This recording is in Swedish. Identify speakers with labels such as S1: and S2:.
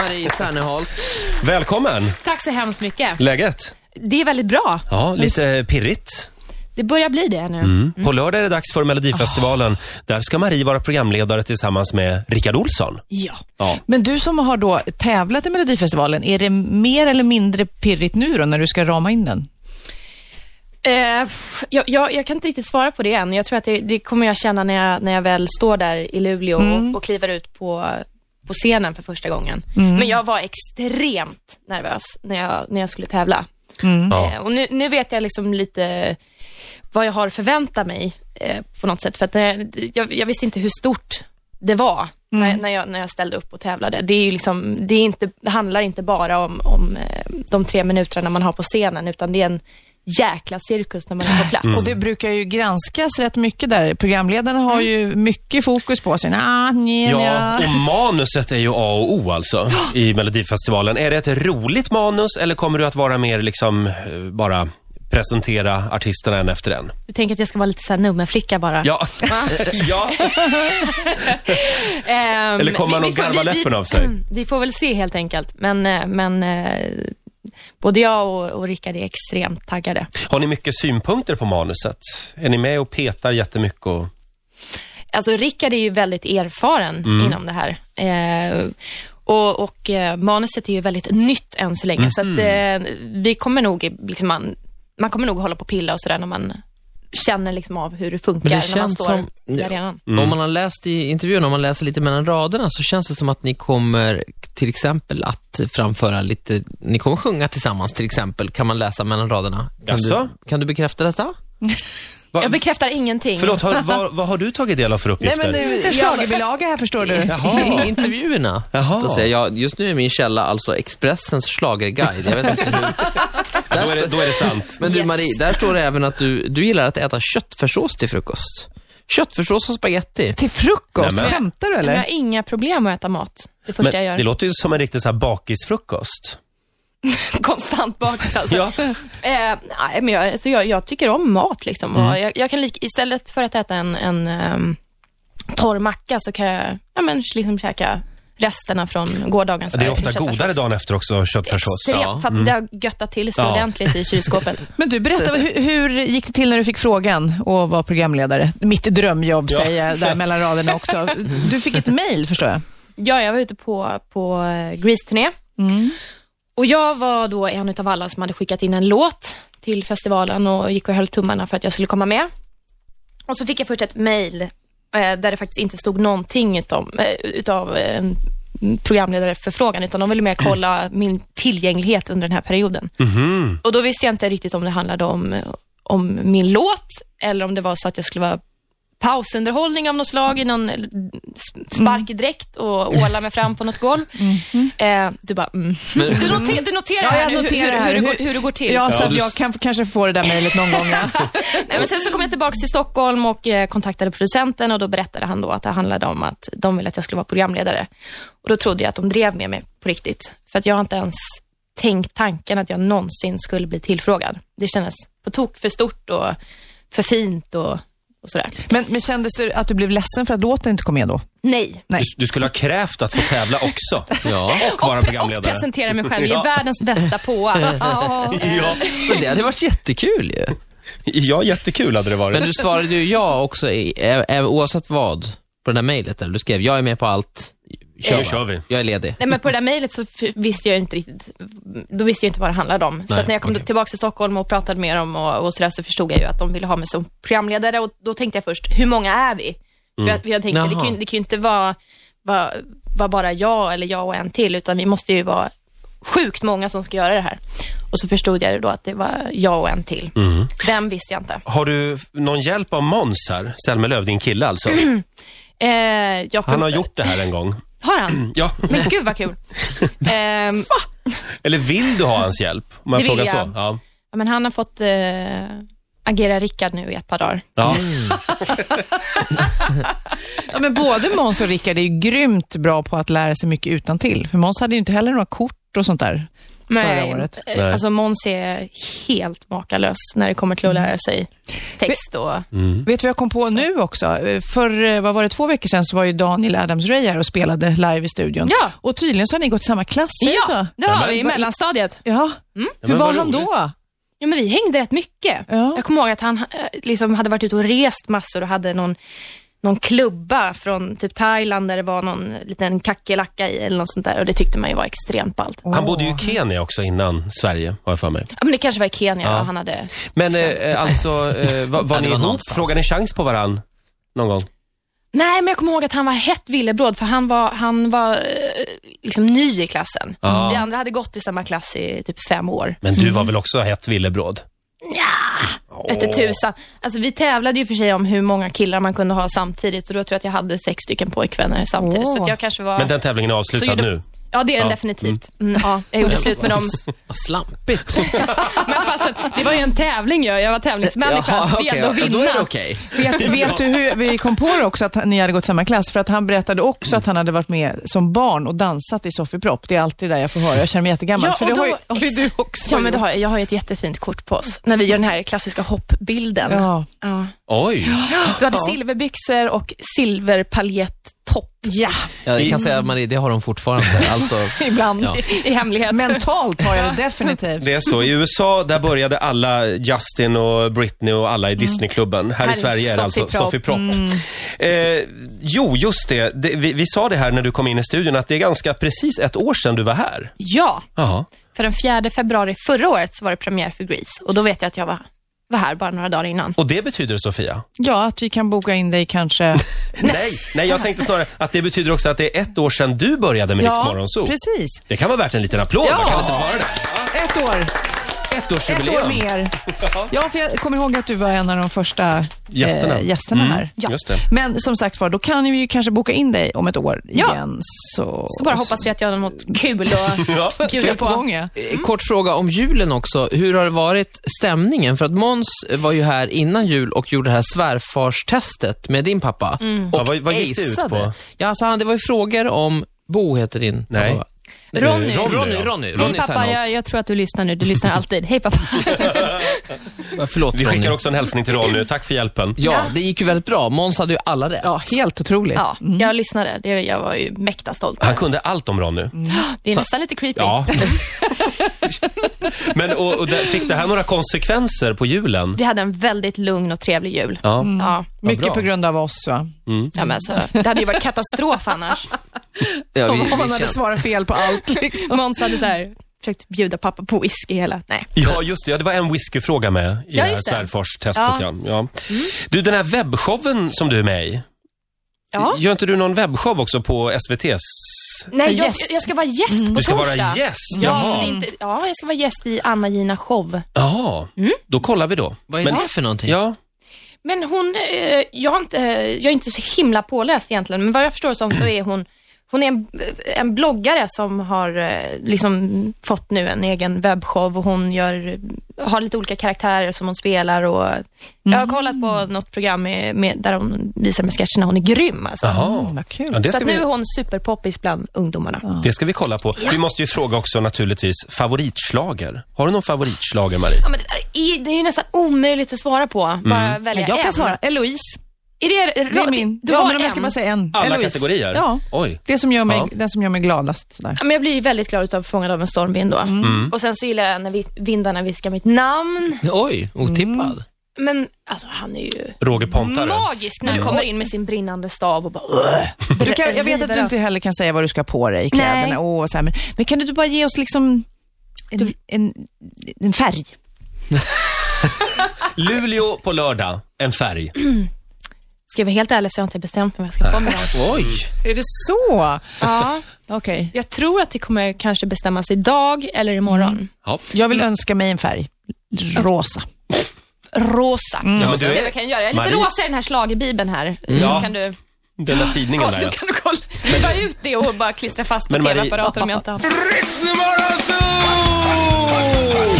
S1: här i Sannehalt.
S2: Välkommen!
S3: Tack så hemskt mycket.
S2: Läget?
S3: Det är väldigt bra.
S2: Ja, lite pirrigt.
S3: Det börjar bli det nu.
S2: Mm. Ah. På lördag är det dags för Melodifestivalen. Där ska Marie vara programledare tillsammans med Rickard Olsson.
S3: Ja.
S2: Ja.
S4: Men du som har då tävlat i Melodifestivalen, är det mer eller mindre pirrigt nu då när du ska rama in den?
S3: Eh, f- jag, jag, jag kan inte riktigt svara på det än. Jag tror att det, det kommer jag känna när jag, när jag väl står där i Luleå och, och kliver ut på, på scenen för första gången. Men jag var extremt nervös när jag, när jag skulle tävla.
S2: Ja.
S3: Eh, och nu, nu vet jag liksom lite vad jag har förväntat mig eh, på något sätt. För att, eh, jag, jag visste inte hur stort det var
S2: Mm.
S3: när, när, jag, när jag ställde upp och tävlade. Det, är ju liksom, det, är inte, det handlar inte bara om, om eh, de tre minuterna man har på scenen, utan det är en jäkla cirkus när man är på
S2: Mm.
S3: plats.
S4: Och det brukar ju granskas rätt mycket där. Programledarna har ju mycket fokus på sig. Nah, nja,
S2: Mm. Ja,
S4: nja.
S2: och manuset är ju A och O alltså i Melodifestivalen. Är det ett roligt manus eller kommer du att vara mer liksom eh, bara presentera artisterna en efter en?
S3: Du tänker att jag ska vara lite så här nummerflicka bara.
S2: Ja. ja.
S3: Ehm,
S2: Eller kommer
S3: vi-
S2: han
S3: vi
S2: att
S3: får-
S2: garva
S3: vi- vi-
S2: läppen av sig?
S3: Vi får väl se helt enkelt, men, eh, men eh, både jag och, och Rickard är extremt taggade.
S2: Har ni mycket synpunkter på manuset? Är ni med och petar jättemycket? Och...
S3: Alltså Rickard är ju väldigt erfaren inom det här. Eh, och och eh, manuset är ju väldigt nytt än så länge, så att eh, vi kommer nog, liksom, man, man kommer nog hålla på och pilla och sådär när man känner liksom av hur det funkar
S1: Men det
S3: när man
S1: känns
S3: står
S1: som-
S3: i arenan.
S2: Mm.
S1: Om man har läst i intervjun, om man läser lite mellan raderna, så känns det som att ni kommer till exempel att framföra lite, ni kommer sjunga tillsammans till exempel, kan man läsa mellan raderna. Kan,
S2: Jaså?
S1: du, kan du bekräfta detta?
S2: Va-
S3: Jag bekräftar ingenting.
S2: Förlåt, har, vad, vad har du tagit del av för
S4: Nej,
S2: uppgifter?
S4: men nu, lite schlagerbilaga här förstår du.
S2: Jaha.
S1: I intervjuerna.
S2: Jaha.
S1: Så att säga. Jag, just nu är min källa alltså Expressens schlagerguide. Jag vet inte hur... Där
S2: Då är det,
S1: står-
S2: då är det sant.
S1: Men du
S3: Yes.
S1: Marie, där står det även att du, du gillar att äta köttfärssås till frukost. Köttfärssås och spagetti.
S4: Till frukost,
S2: Nej, men-
S4: skämtar du
S3: Men jag
S4: eller?
S3: har inga problem med att äta mat, det första jag
S2: Men
S3: gör.
S2: det låter ju som en riktig så här bakisfrukost.
S3: konstant bakis alltså.
S2: Ja.
S3: eh, nej, men jag, alltså jag, jag tycker om mat liksom.
S2: Mm.
S3: Och jag, jag kan lik, istället för att äta en, en ehm, torr macka så kan jag ja, men, liksom käka resterna från gårdagens
S2: Det är ofta godare dagen efter också, köttfärssås.
S3: Extremt,
S1: Ja.
S3: för att det har göttat till sig
S2: Mm. Ja.
S3: ordentligt i kylskåpet.
S4: Men du, berätta, hur, hur gick det till när du fick frågan att vara programledare? Mitt drömjobb
S2: Ja.
S4: säger jag där mellan raderna också. Du fick ett mejl förstår jag.
S3: Ja, jag var ute på, på eh, Grease-turné.
S2: Mm.
S3: Och jag var då en av alla som hade skickat in en låt till festivalen och gick och höll tummarna för att jag skulle komma med. Och så fick jag först ett mejl eh, där det faktiskt inte stod någonting utom, eh, utav eh, en programledarförfrågan, utan de ville mer kolla min tillgänglighet under den här perioden.
S2: Mhm.
S3: Och då visste jag inte riktigt om det handlade om, om min låt eller om det var så att jag skulle vara pausunderhållning av något slag i någon eh, s-
S4: Mm.
S3: sparkdräkt och åla mig fram på något golv. Eh, du bara, mm.
S1: Men-
S3: Du noter, du noterar,
S4: Mhm. Ja, jag
S3: här nu hur,
S4: noterar
S3: hur,
S4: här.
S3: hur, det går, hur det går till.
S4: Ja, så
S2: Ja,
S4: att
S2: du-
S4: jag kan, kanske får det där mejlet någon gång. Ja.
S3: Nej, men sen så kom jag tillbaka till Stockholm och eh, kontaktade producenten och då berättade han då att det handlade om att de ville att jag skulle vara programledare. Och då trodde jag att de drev med mig på riktigt. För att jag har inte ens tänkt tanken att jag någonsin skulle bli tillfrågad. Det kändes på tok för stort och för fint och, och sådär.
S4: Men, men kändes det att du blev ledsen för att låten inte kom med då?
S3: Nej.
S4: Nej.
S2: Du, du skulle ha krävt att få tävla också.
S1: Ja.
S2: Och vara
S3: pre- och
S2: programledare.
S3: presentera mig själv. Jag
S2: Ja.
S3: är världens bästa på. Ja.
S2: Ja,
S1: Men det hade varit jättekul ju.
S2: ja, jättekul hade det varit.
S1: Men du svarade ju ja också, i, ä, ä, oavsett vad, på det där mejlet. eller Du skrev, jag är med på allt. Kör,
S2: Nu
S1: va?
S2: kör vi.
S1: Jag är ledig.
S3: Nej, men på det där mejlet så f- visste jag inte riktigt, då visste jag inte vad det handlade om. så att när jag kom tillbaka till Stockholm och pratade med dem och, och sådär så förstod jag ju att de ville ha mig som programledare och då tänkte jag först, hur många är vi?
S2: Mm.
S3: För jag, för jag tänkte, det kan,
S1: Jaha.
S3: ju- det kan ju inte vara, vara, vara bara jag eller jag och en till, utan vi måste ju vara sjukt många som ska göra det här. Och så förstod jag ju då att det var jag och en till.
S2: Mm.
S3: Vem visste jag inte.
S2: Har du f- någon hjälp av Måns här? Selma din kille alltså.
S3: Eh,
S2: Han
S3: jag
S2: har
S3: förmodar-
S2: gjort det här en gång.
S3: Har han?
S2: Ja,
S3: Men gud vad kul. Ehm,
S2: eller vill du ha hans hjälp? Om man
S3: Det vill
S2: frågar
S3: jag.
S2: så. Ja.
S3: Ja, men han har fått eh, agera Rickard nu i ett par dagar.
S2: Ja.
S4: Ja, men både Måns och Rickard är ju grymt bra på att lära sig mycket utan till. För Måns hade ju inte heller några kort och sånt där. förra
S3: Nej,
S4: året.
S3: eh,
S2: Nej.
S3: Alltså Måns är helt makalös när det kommer till att lära sig text och...
S2: Mm.
S4: Vet du vad jag kom på nu också? Eh, För, eh, vad var det, två veckor sedan så var ju Daniel Adams-Ray här och spelade live i studion.
S3: Ja.
S4: Och tydligen så har ni gått i samma klass, är det så?
S3: det har
S2: Nämen.
S3: vi i mellanstadiet.
S4: Ja. Hur
S2: men
S4: var
S2: vad
S4: han då?
S3: Ja, men vi hängde rätt mycket.
S4: Ja.
S3: Jag kommer ihåg att han eh, liksom hade varit ute och rest massor och hade någon, någon klubba från typ Thailand där det var någon liten kackerlacka i eller något sånt där och det tyckte man ju var extremt ballt.
S2: Han bodde ju i Kenya också innan Sverige, har jag för mig.
S3: Ja, men det kanske var i Kenya
S2: Ja.
S3: och han hade...
S2: Men eh, alltså, eh, var, var
S1: Ja, det
S2: ni
S1: var
S2: ihop?
S1: någonstans.
S2: Frågade ni chans på varann någon gång?
S3: Nej, men jag kommer ihåg att han var hett villebråd för han var, han var eh, liksom ny i klassen.
S2: Ja.
S3: Vi andra hade gått i samma klass i typ fem år.
S2: Men du var väl också hett villebråd?
S3: Vete tusan. Alltså, vi tävlade ju för sig om hur många killar man kunde ha samtidigt och då tror jag att jag hade sex stycken pojkvänner samtidigt.
S4: Åh.
S3: Så att jag kanske var...
S2: Men den tävlingen är
S3: Så
S2: avslutad
S3: gjorde-
S2: nu.
S3: Ja, det är den
S2: Ja.
S3: definitivt. Mm, ja, jag gjorde slut med dem.
S1: Vad slampigt.
S3: Men fastän, det var ju en tävling ju. Jag var tävlingsmänniska.
S1: Jaha,
S3: Jaha,
S1: okej,
S3: Redo att
S1: ja,
S3: vinna.
S1: då är det okej.
S4: Vet, vet du hur vi kom på det också att ni hade gått i samma klass? För att han berättade också att han hade varit med som barn och dansat i Sofie Propp. Det är alltid det där jag får höra. Jag känner mig jättegammal.
S3: Ja,
S4: för
S3: och
S4: det har
S3: då-
S4: ju, har ju du
S3: exakt.
S4: också
S3: Ja, men det
S4: gjort.
S3: har jag. jag har ju ett jättefint kort på oss när vi gör den här klassiska hoppbilden.
S4: Ja.
S3: Ja.
S2: Oj!
S3: Du hade silverbyxor och silverpaljettopp
S4: ja,
S1: Jag kan säga Marie, det har de fortfarande. Alltså,
S4: ibland.
S1: Ja.
S3: i hemlighet.
S4: Mentalt har jag det definitivt.
S2: Det är så. I USA, där började alla Justin och Britney och alla i Disneyklubben. Här,
S3: Här
S2: i
S3: är
S2: Sverige är det alltså
S3: Sofie Propp.
S2: Sofie Propp. Eh, jo, just det. det vi, vi sa det här när du kom in i studion, att det är ganska precis ett år sedan du var här.
S3: Ja,
S2: Jaha.
S3: för den 4 februari förra året så var det premiär för Grease och då vet jag att jag var, var här bara några dagar innan.
S2: Och det betyder, Sofia?
S4: Ja, att vi kan boka in dig kanske.
S2: Nej, nej, jag tänkte snarare att det betyder också att det är ett år sedan du började med Rix
S4: ja,
S2: Morgonzoo.
S4: precis.
S2: Det kan vara värt en liten applåd. Man kan inte ta
S4: Ett år.
S2: ett
S4: Ett
S2: årsjubileum.
S4: år mer. Ja, för jag kommer ihåg att du var en av de första
S2: Gästerna.
S4: eh, gästerna
S2: Mm,
S4: här.
S2: Ja. just det.
S4: Men som sagt var, då kan vi ju kanske boka in dig om ett år
S3: Ja.
S4: igen. Så,
S3: Så bara hoppas vi att jag har något kul och bjuda
S4: Kul på
S3: på.
S4: gång, ja.
S1: Eh, Kort fråga om julen också. Hur har det varit stämningen? För att Måns var ju här innan jul och gjorde det här svärfarstestet med din pappa. Och
S2: Ja, vad- vad gick det ut
S1: aceade.
S2: på?
S1: Ja, alltså, han- det var ju frågor om... Bo heter din
S2: Nej.
S1: pappa, va?
S3: Ronny.
S1: Ronny, Ronny,
S2: ja.
S1: Ronny,
S3: Hej
S1: Ronny
S3: pappa,
S1: Sernholt.
S3: jag, jag tror att du lyssnar nu. Du lyssnar alltid. Hej pappa.
S1: Förlåt
S2: Vi
S1: Ronny.
S2: skickar också en hälsning till Ronny. Tack för hjälpen.
S1: Ja, det gick ju väldigt bra. Måns hade ju alla rätt.
S4: ja, helt otroligt.
S3: Ja, jag lyssnade. Det, jag var ju mäkta stolt.
S2: Han kunde allt om Ronny.
S3: Det är nästan lite creepy.
S2: Ja. Men och, och där, fick det här några konsekvenser på julen?
S3: Vi hade en väldigt lugn och trevlig jul.
S2: Ja.
S3: Ja.
S4: Mycket
S2: bra.
S4: på grund av oss, va?
S3: Ja, men så, det hade ju varit katastrof annars.
S1: Ja, vi, vi
S4: Om man hade
S1: kände-
S4: svarat fel på allt. liksom.
S3: Måns hade så här, försökt bjuda pappa på whisky hela... Nej.
S2: Ja, just det. Ja, det var en whiskyfråga med i det här
S3: just det.
S2: Svärdfors-testet. Ja.
S3: Ja.
S2: Ja. Du, den här webbshowen som du är med i.
S3: Ja.
S2: Gör inte du någon webbshow också på SVTs?
S3: Nej, jag,
S4: Gäst.
S3: jag ska vara gäst på
S2: Mm. Du ska
S3: torsdag.
S2: vara gäst?
S3: Ja, så det
S2: Jaha.
S3: är inte, ja, jag ska vara gäst i Anna-Gina show.
S2: Jaha.
S3: Mm.
S2: Då kollar vi då.
S1: Vad är
S2: Men-
S1: det för någonting?
S2: Ja,
S3: Men hon, eh, jag, har inte, eh, jag är inte så himla påläst egentligen, men vad jag förstår som så är hon, hon är en, en bloggare som har eh, liksom fått nu en egen webbshow och hon gör, har lite olika karaktärer som hon spelar och jag har kollat
S2: Mm.
S3: på något program med, med, där hon visar med sketcherna, hon är grym alltså.
S2: jaha.
S4: Mm, vad kul.
S2: Ja, det,
S3: Så
S2: ska
S3: att nu är
S2: vi,
S3: hon superpoppis bland ungdomarna.
S2: det ska vi kolla på. Vi måste ju fråga också naturligtvis, favoritslager. Har du någon favoritslager, Marie?
S3: Ja, men det, där är, det är ju nästan omöjligt att svara på,
S2: Mm.
S3: bara välja
S4: Jag
S3: en.
S4: kan svara. Eloise.
S3: Är det,
S4: Det är min.
S3: Du
S4: ja,
S3: har
S4: men om jag
S3: en.
S4: ska bara säga en.
S2: Alla
S4: Eloise.
S2: kategorier?
S4: Ja.
S2: Oj.
S4: Det som gör mig,
S2: Ja.
S4: Den som gör mig gladast. Sådär.
S3: Ja, men jag blir ju väldigt glad utav Fångad av en stormvind då.
S2: Mm.
S3: Och sen så gillar jag när vi, vindarna viskar mitt namn.
S1: Oj, otippad.
S3: Men alltså han är ju
S2: Roger Pontare.
S3: magisk när han kommer in med sin brinnande stav och bara "Åh!"
S4: Du kan, jag vet att
S3: river
S4: du
S3: av-
S4: inte heller kan säga vad du ska ha på dig i kläderna. Åh, så här, men, men kan du bara ge oss liksom en, en, en färg?
S2: Luleå på lördag, en färg.
S3: Ska jag vara helt ärlig så har jag inte bestämt mig vad jag ska få med dem.
S2: Oj.
S4: Är det så?
S3: Ja,
S4: Okej.
S3: jag tror att det kommer kanske bestämmas idag eller imorgon.
S2: Ja.
S4: Jag vill önska mig en färg. Rosa.
S3: Rosa.
S2: Mm. Ja, men
S3: Se
S2: du-
S3: vad jag kan göra. Jag är lite
S2: Marie-
S3: rosa i den här schlagerbibeln här.
S2: Ja.
S3: Då kan du,
S2: Den där tidningen där,
S3: du
S2: ja.
S3: kan du kolla. Ta ut det och bara klistra fast på
S2: Men Marie-
S3: tv-apparaten om jag inte har
S2: Ritzmorgonzoo!